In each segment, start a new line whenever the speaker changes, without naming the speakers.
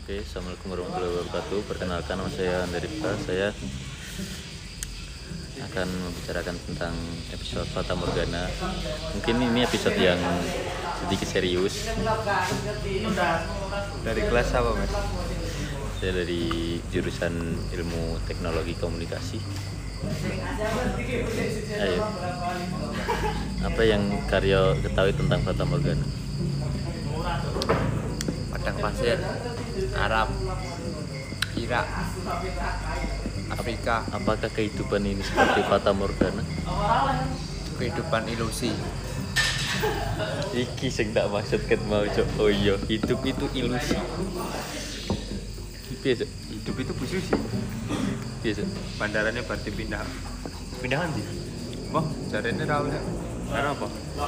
Oke, Assalamualaikum warahmatullahi wabarakatuh. Perkenalkan nama saya Andarita. Saya akan membicarakan tentang episode Fata Morgana. Mungkin ini episode yang sedikit serius.
Dari kelas apa mas?
Saya dari jurusan Ilmu Teknologi Komunikasi. Ayo. Apa yang Karyo ketahui tentang Fata Morgana?
Padang Pasir, Arab, Irak, Afrika,
Apakah kehidupan ini seperti Fata Morgana?
kehidupan ilusi.
Iki sing tak maksudkan mau cok. Oh iya, hidup itu ilusi. Piye cok?
Hidup itu khusus sih.
Piye cok?
Bandaranya berarti pindah.
pindahan sih
Wah, caranya rawleh.
karena apa
ya.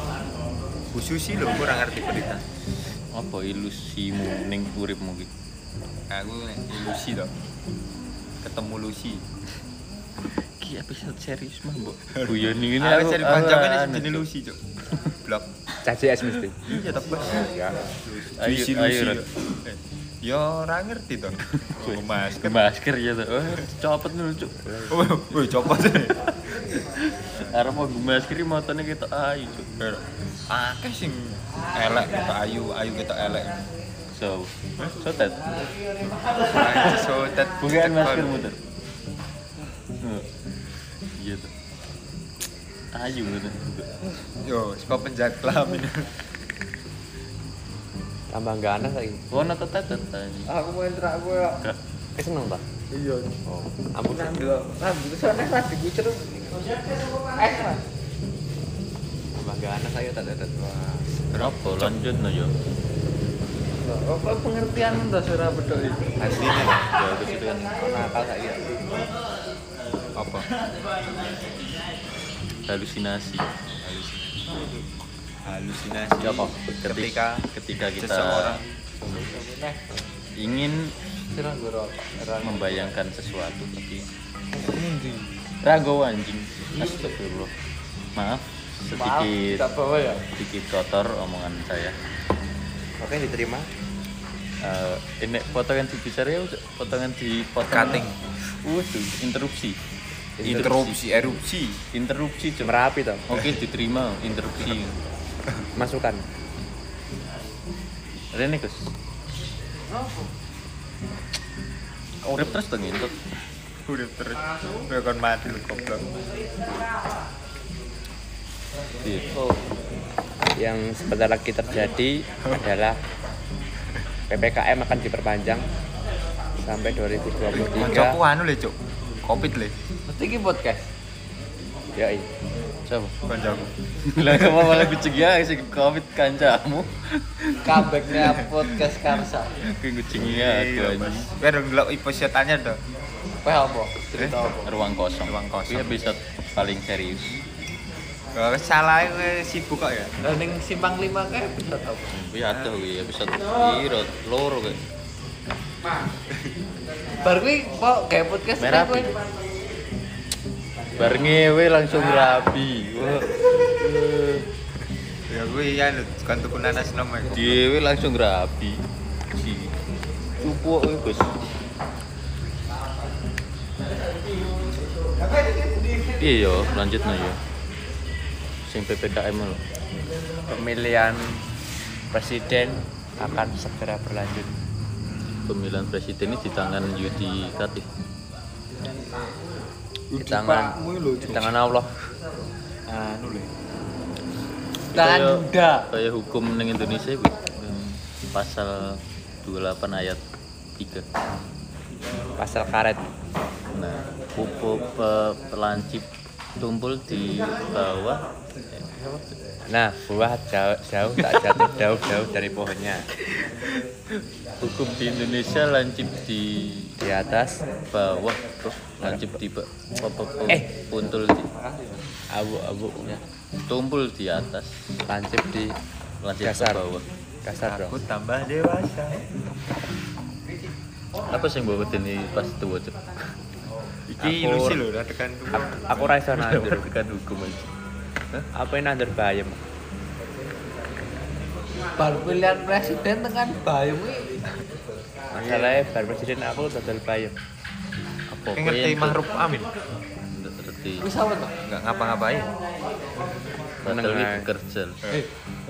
Khusus sih loh, kurang ngerti berita.
Apa ilusimu ning uripmu iki?
Aku nek ilusi loh. Ketemu Lucy.
Ki episode serius mah, Mbok. Guyon ini
Aku Ah, cari panjangnya
anu,
jenis
Cok.
Lucy cok. Blok.
CCS mesti
Iya tebak.
ya
Ayo,
Lucy
ayo,
Lucy.
Rat.
Cok. Eh, Yo, ora ngerti toh. Oh, Mas,
Masker ya tuh. Oh, copot dulu, Cuk.
Oh, woi, copot.
Arep mau gue masker motone kita ayu, Cuk.
Akeh sing elek kita ayu, ayu kita elek.
So, sotet.
Anjir, sotet.
Bukan masker muter. Iya tuh. Ayu gitu.
Yo, sebab penjahat kelamin.
tambah ganas lagi
Wono tetet aja.
Aku mau enterak aku ya.
eh seneng pak
Iya.
oh ampun
Rambut soalnya pas dikucer. Eh,
tambah ganas ayo tak dadat wah
Apa lanjut no yo?
apa pengertian tuh suara bedok itu?
aslinya
Ya aku situ kan.
orang nakal Nah, saya
Apa?
halusinasi
Halusinasi.
Iya, apa?
Ketika
ketika ketika kita
seseorang Eh,
ingin
Sirah gue rokok
membayangkan sesuatu tapi rago anjing astagfirullah maaf sedikit
tak bawa ya
sedikit kotor omongan saya
oke diterima
Eh, ini potongan di bicara ya Cuk. potongan di
Cutting.
waduh interupsi
interupsi, erupsi.
interupsi Cuk.
merapi tau
oke diterima interupsi
masukan
Rene Gus Urip terus dong ngintip.
Udah terus. Gue kan mati lu goblok.
Iya.
yang sebentar lagi terjadi adalah PPKM akan diperpanjang sampai 2023
Kancaku anu le, Cuk. Covid le.
mesti ini podcast yoi
Siapa?
Kancaku.
Lah kamu malah kucing ya si covid kancamu.
comebacknya podcast Karsa
Kayak kucing ya
Iya,
aku
Mas.
anjing.
Gue udah ngelok ipo setannya tuh.
apa ya, apa cerita
Eh?
apa
Ruang kosong.
Ruang kosong.
Iya bisa paling serius.
Kalau salah gue sibuk kok ya.
Lah ning simpang lima kan ya, kae episode apa?
Iya ada gue bisa piro loro kayak.
Bar kuwi kok kayak podcast
Merah
kuwi.
api. Bar ngewe langsung rabi. Wah.
Ya gue iya lu kan tuku nanas nom aku.
Dhewe langsung rabi. Si. Cupu kowe, Bos. Iya, lanjut no ya. Sing PPKM lho.
Pemilihan presiden akan segera berlanjut.
Pemilihan presiden ini di tangan yudikatif.
Di tangan di tangan Allah.
Anu le.
Tanda.
kayak hukum ning Indonesia kuwi Yang pasal 28 ayat 3
Pasal karet.
nah pupuk pe- pelancip tumpul di bawah eh, apa?
Nah, buah jauh, jauh tak jatuh jauh-jauh dari pohonnya.
hukum di Indonesia lancip di
Di atas
bawah bro. lancip di ba- pe- pe- pe-
Eh.
puntul di
abu-abunya
tumpul di atas
lancip di
lancip ke
Dasar.
bawah
kasar
Aku
dong.
tambah dewasa.
apa sih yang bawa ini pas tua cok
Iki
Aku-
ilusi lho radekan tuku.
Aku ra iso nandur.
Mendapatkan hukum aja
Apa yang nandur bayam?
bar pilihan presiden dengan bayung ini
Masalahnya bar presiden aku dodol payung.
Apa
Kayak ngerti
mahrum?
Ma'ruf Amin.
Nggak ngerti.
Wis apa tuh?
Enggak ngapa-ngapain.
Padahal
Meneng
ini
ae.
bekerja.
Eh,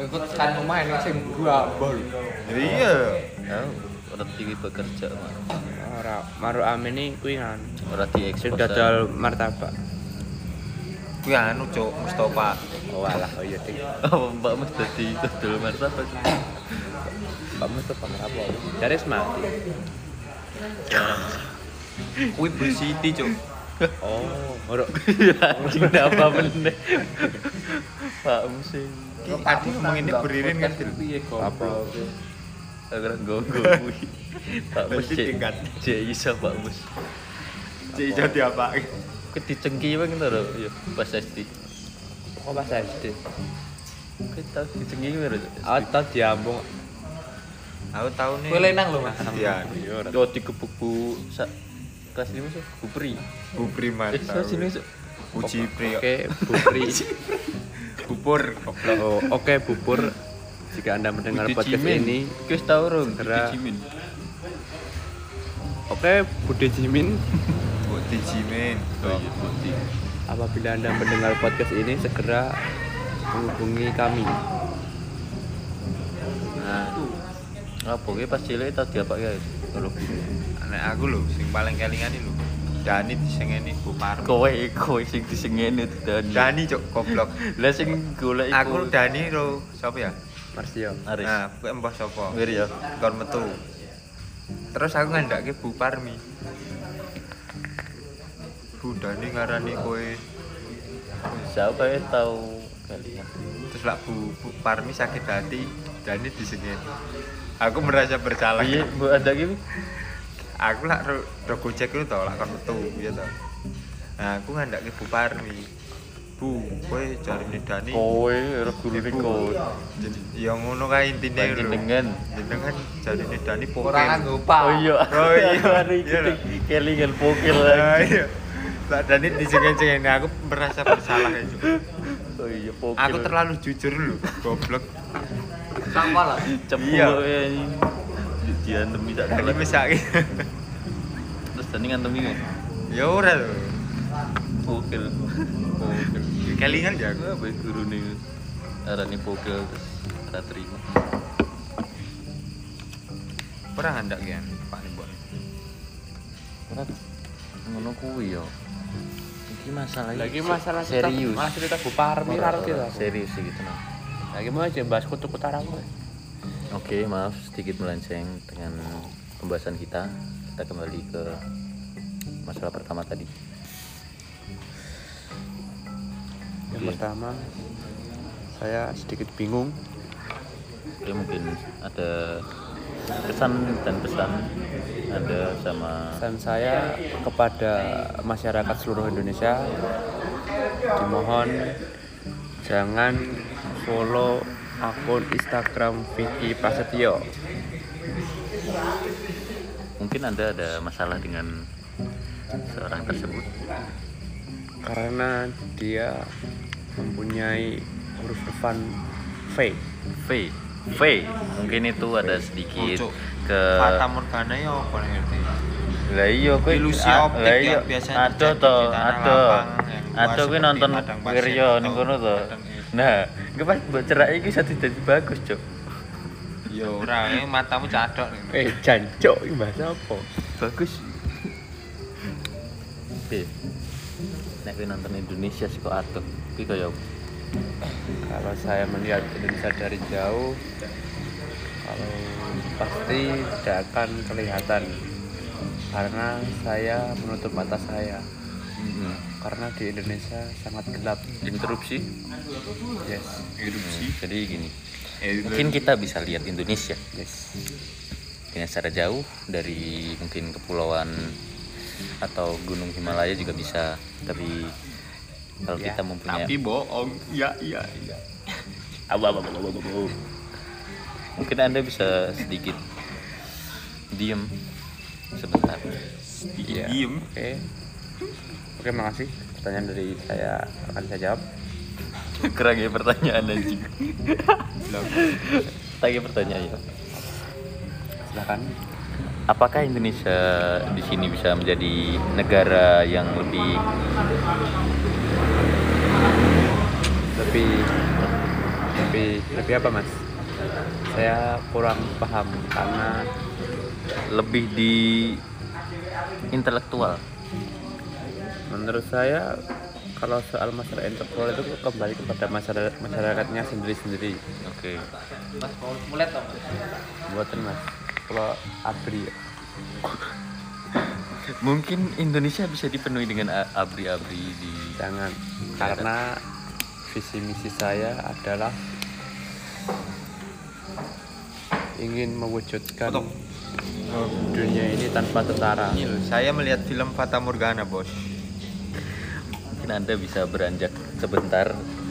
ikut kan pemain sing gua bol.
Iya.
Tahu, ngerti Oh, ini bekerja mah.
Ora Maru Amin ini kuwi kan.
Ora di
Sing
ekspos. eh.
dodol martabak.
Kuwi anu, Cuk, Mustofa.
Oh alah, oh iya ding.
Oh, Mbak Mas dadi dodol martabak.
Pak Mustafa apa? Daris mati.
Kuwi Bull City, Cuk.
Oh, ora.
Anjing apa meneh. Pak Musin.
Tadi ngomongin ini beririn kan, Dil?
Piye
Apa?
Ora nggowo kuwi. Pak Mus.
Berarti tingkat.
Jek iso Pak Mus.
Cik ijo diapain?
Kuwi dicengki wae ngono lho, yo pas SD.
Kok pas SD?
Kuwi tau dicengki ngono lho.
Ah.
Otot diambung.
Aku tahu nih.
Kowe lenang lho, Mas.
Iya,
Iya.
Yo dikebuku sak kelas 5 sih, Gupri.
Bupri
Eh, sak
mantap.
sini sak.
Uji pri.
Oke, bupri.
Bubur. Goblok.
Oh, Oke, bubur. Jika Anda mendengar
Budi
podcast
Jimin.
ini,
Kuwi wis tau rung,
Segera.
Jimin.
oke, Bude Jimin.
Buk dijimin.
Oh iya, Budi.
Apabila Anda mendengar podcast ini, segera menghubungi kami.
Nah. Apa kuwi pas cilik tau ya? diapake guys? Ngono kuwi.
Nek aku lho sing paling kelingan iki lho. Dani disengeni Bu Parno.
Kowe kowe sing disengene dan
Dani, Cuk, goblok.
lah sing golek iku.
Aku Dani lho, sapa ya?
Marsio.
Aris.
Nah, kowe mbah sapa?
Wir ya.
Kon metu. Terus aku ngandake Bu Parmi. Bu Dani ngarani kowe.
Siapa yang tahu kalian?
Terus lak Bu, Bu Parmi sakit hati, Dani disengeni. Aku merasa bersalah.
Iya, Bu ada gitu.
aku lah ro, ro gojek itu tau lah kan metu ya tau nah aku ngandak ke Bu Parmi Bu, kowe cari Dani
Kowe ora guru
Ibu.
Ah.
Jadi, ya ngono kae intine kan lho
Panjenengan.
jenengan cari Dani
Ora
pokoknya
nganggo pa.
Oh iya. Nah.
Oh iya.
Hari
Iya,
ini
lho.
kelingan pokil
Lah
lagi.
iya Lah Dani dijengen-jengen Nah, aku merasa bersalah ya Cuk.
Oh iya pokil.
Aku terlalu jujur lho, goblok.
Sampah lah.
cepul
Iya.
ya. Dia antemi tak
Dani
kelak.
mesake.
Terus tadi ngantemi kan.
Ya ora lho.
Pokil.
Goblok. Ya, Kelingan ya aku.
Apa guru nih? Arani pokil terus ora terima.
Pernah ngandak kan Pak Nimbon.
Ora ngono kuwi yo. Iki masalah
Lagi masalah cerita-
serius.
malah cerita Bu Parmi
Ora,
harus
ora,
kita.
Serius sih gitu nah.
Lagi mau aja bahas kutu-kutu orang gue.
Oke, maaf sedikit melenceng dengan pembahasan kita. Kita kembali ke masalah pertama tadi.
Yang
Iya.
pertama, saya sedikit bingung.
Oke, mungkin ada kesan dan pesan ada sama
Pesan saya kepada masyarakat seluruh Indonesia, dimohon jangan follow akun Instagram Vicky Prasetyo.
mungkin Anda ada masalah dengan seorang tersebut.
karena dia mempunyai huruf depan V.
V, V. Mungkin itu ada sedikit
Ucuk.
ke
Fata Morgana ya apa nek ngerti?
lah iya kowe
Ilusi
a-
optik
lah
yang
iya
biasanya
ada
terjadi
to
di tanah
ada
lapang yang luas
ada kowe
seperti Oh,
nonton
padang pasir
Wiryo
atau
ning kono to
padang air.
nah iku pas mbok cerak iki iso dadi bagus cuk
Ya ora, eh, matamu cadok. nih.
Eh, jancok ini bahasa apa?
bagus B nek kowe nonton Indonesia sih kok atuk kuwi kaya
Kalau saya melihat Indonesia dari jauh, kalau pasti tidak akan kelihatan karena saya menutup mata saya karena di Indonesia sangat gelap.
interupsi
Yes,
Erupsi.
jadi gini
Eh,
mungkin kita bisa lihat Indonesia
yes.
dengan secara jauh dari mungkin kepulauan atau gunung Himalaya juga bisa tapi kalau
Ya,
kita mempunyai
Iya, Tapi bohong. Iya, iya, iya.
Abu, abu, abu, abu, abu, abu. mungkin anda bisa sedikit diem sebentar
Sedikit
Iya.
diem.
Oke. Oke, makasih. Pertanyaan dari saya akan saya jawab.
kurang ya pertanyaan anjing
Belum.
ya. tanya pertanyaan ya
Silakan.
apakah Indonesia di sini bisa menjadi negara yang lebih
Tapi tapi tapi apa mas? Saya kurang paham karena
lebih di intelektual?
menurut saya kalau soal masalah interpol itu kembali kepada masyarakat masyarakatnya sendiri-sendiri.
Oke.
Buatan mas. Kalau abri
Mungkin Indonesia bisa dipenuhi dengan a- abri-abri di
jangan karena visi misi saya adalah ingin mewujudkan
Potong.
dunia ini tanpa tentara.
Ini loh, saya melihat film Fata Morgana, Bos.
mungkin Anda bisa beranjak sebentar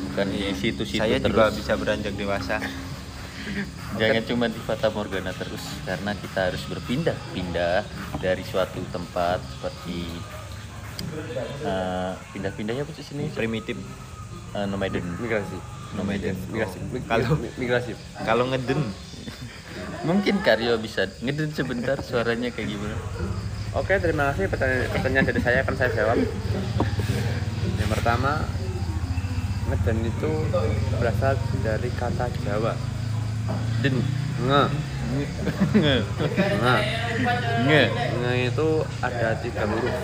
bukan di situ-situ
Iya. saya
terus.
juga bisa beranjak dewasa.
Jangan cuma di Fata Morgana terus karena kita harus berpindah-pindah dari suatu tempat seperti eh, pindah-pindahnya apa sih sini?
Primitif.
Eh, Nomaden.
Migrasi.
Nomaden.
Migrasi. Mig-
Kalau-
mig- migrasi.
Kalau ngeden,
Mungkin Karyo bisa ngeden sebentar suaranya kayak gimana?
Oke, terima kasih pertanyaan, pertanyaan dari saya akan saya jawab. Yang pertama, ngeden itu berasal dari kata Jawa.
Den.
Nge. Nge.
Nge.
Nge itu ada tiga huruf.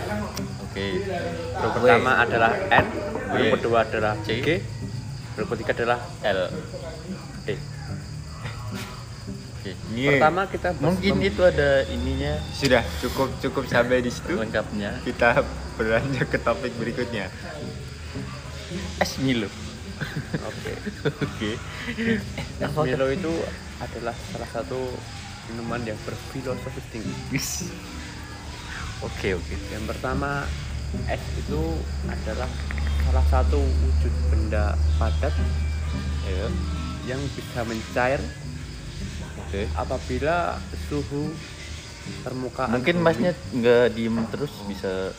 Oke.
Huruf pertama adalah N, huruf
Weh.
kedua adalah
C.
G, huruf ketiga adalah
L. E.
D.
Oke.
Pertama kita bahas
Mungkin
mem-
itu ada ininya
Iya. sudah cukup cukup sampai di situ.
lengkapnya.
Kita beranjak ke topik berikutnya.
Es Milo.
Oke.
Oke.
Es Milo itu adalah salah satu minuman yang berfilosofis tinggi.
Oke, oke.
Yang pertama, es itu adalah salah satu wujud benda padat
Ayo.
Iya.
yang bisa mencair
Oke.
apabila suhu permukaan
Mungkin
bumi-
masnya nggak diem terus bisa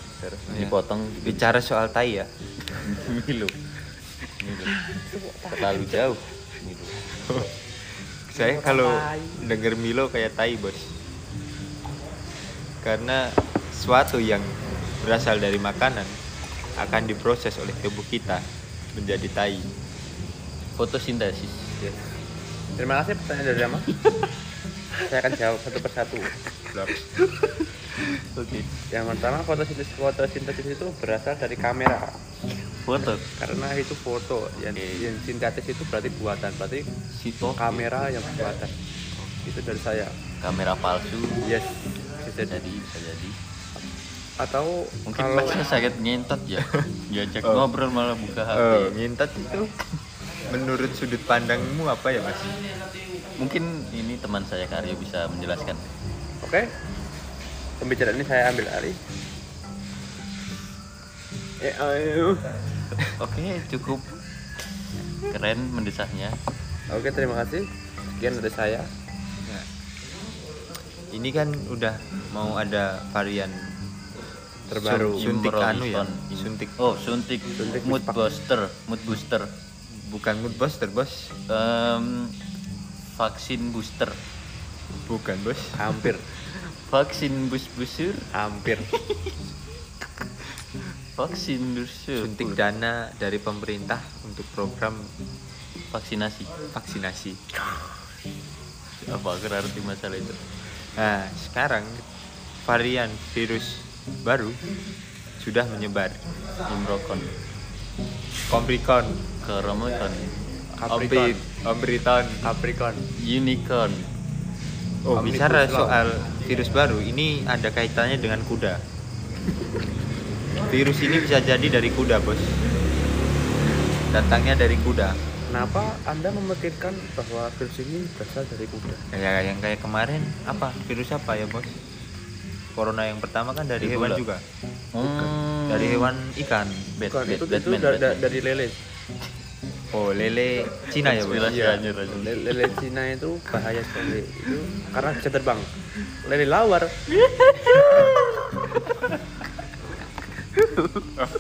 dipotong
Bicara soal tai ya.
Milo. Milo. Terlalu jauh. Milo.
Saya kalau denger Milo kayak tai, Bos. Karena suatu yang berasal dari makanan akan diproses oleh tubuh kita menjadi tai.
Fotosintesis.
terima kasih pertanyaan dari Rama saya akan jawab satu persatu
Oke.
yang pertama fotosintesis fotosintesis itu berasal dari kamera
Foto.
karena itu foto yang,
Oke.
yang sintetis itu berarti buatan berarti
Sito.
kamera yang buatan itu dari saya
Kamera palsu.
yes bisa jadi.
Jadi bisa jadi.
atau
Mungkin
kalau
masnya sangat ngentot ya. Diajak
Oh.
ngobrol malah buka HP.
Oh.
Eh, ngintet itu menurut sudut pandangmu apa ya, Mas?
Mungkin ini teman saya Karyo bisa menjelaskan.
Oke. Pembicaraan ini saya ambil alih. Eh, ayo.
Oke, cukup keren mendesahnya.
Oke, terima kasih. Sekian dari saya.
Nah, ini kan udah mau ada varian
Terbaru.
Sun- suntik anu ya.
Improvision. In-
Suntik
Oh, suntik,
Suntik
mood
Vespa.
booster, mood booster.
bukan mood booster, Bos.
Em, vaksin booster.
Bukan, Bos.
Hampir,
Vaksin bus busur,
hampir.
vaksin busur.
Suntik dana dari pemerintah untuk program
vaksinasi.
vaksinasi.
Apa arti masalah itu?
Nah, sekarang varian virus baru sudah menyebar.
Omrokon,
Omicron,
Keromikon,
Capricorn.
Ompi- Omicron.
Capricorn.
Unicorn.
Oh,
Omnibus
bicara
Law.
soal virus baru, ini ada kaitannya dengan kuda. virus ini bisa jadi dari kuda, Bos. Datangnya dari kuda.
Kenapa Anda memikirkan bahwa virus ini berasal dari kuda?
Kayak Ya, yang kayak kemarin apa? Virus apa ya, Bos? Corona yang pertama kan dari
Itu
hewan
lah.
juga.
Hmm.
Dari hewan ikan.
Bat-
Bukan,
bat-
itu, itu
Batman,
da- da-
Batman.
dari lele.
Oh, lele Cina ya, Bos.
Konspirasi
Iya.
anjir, anjir.
Le- Lele Cina itu bahaya sekali. Itu karena bisa terbang. Lele lawar.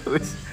Wis.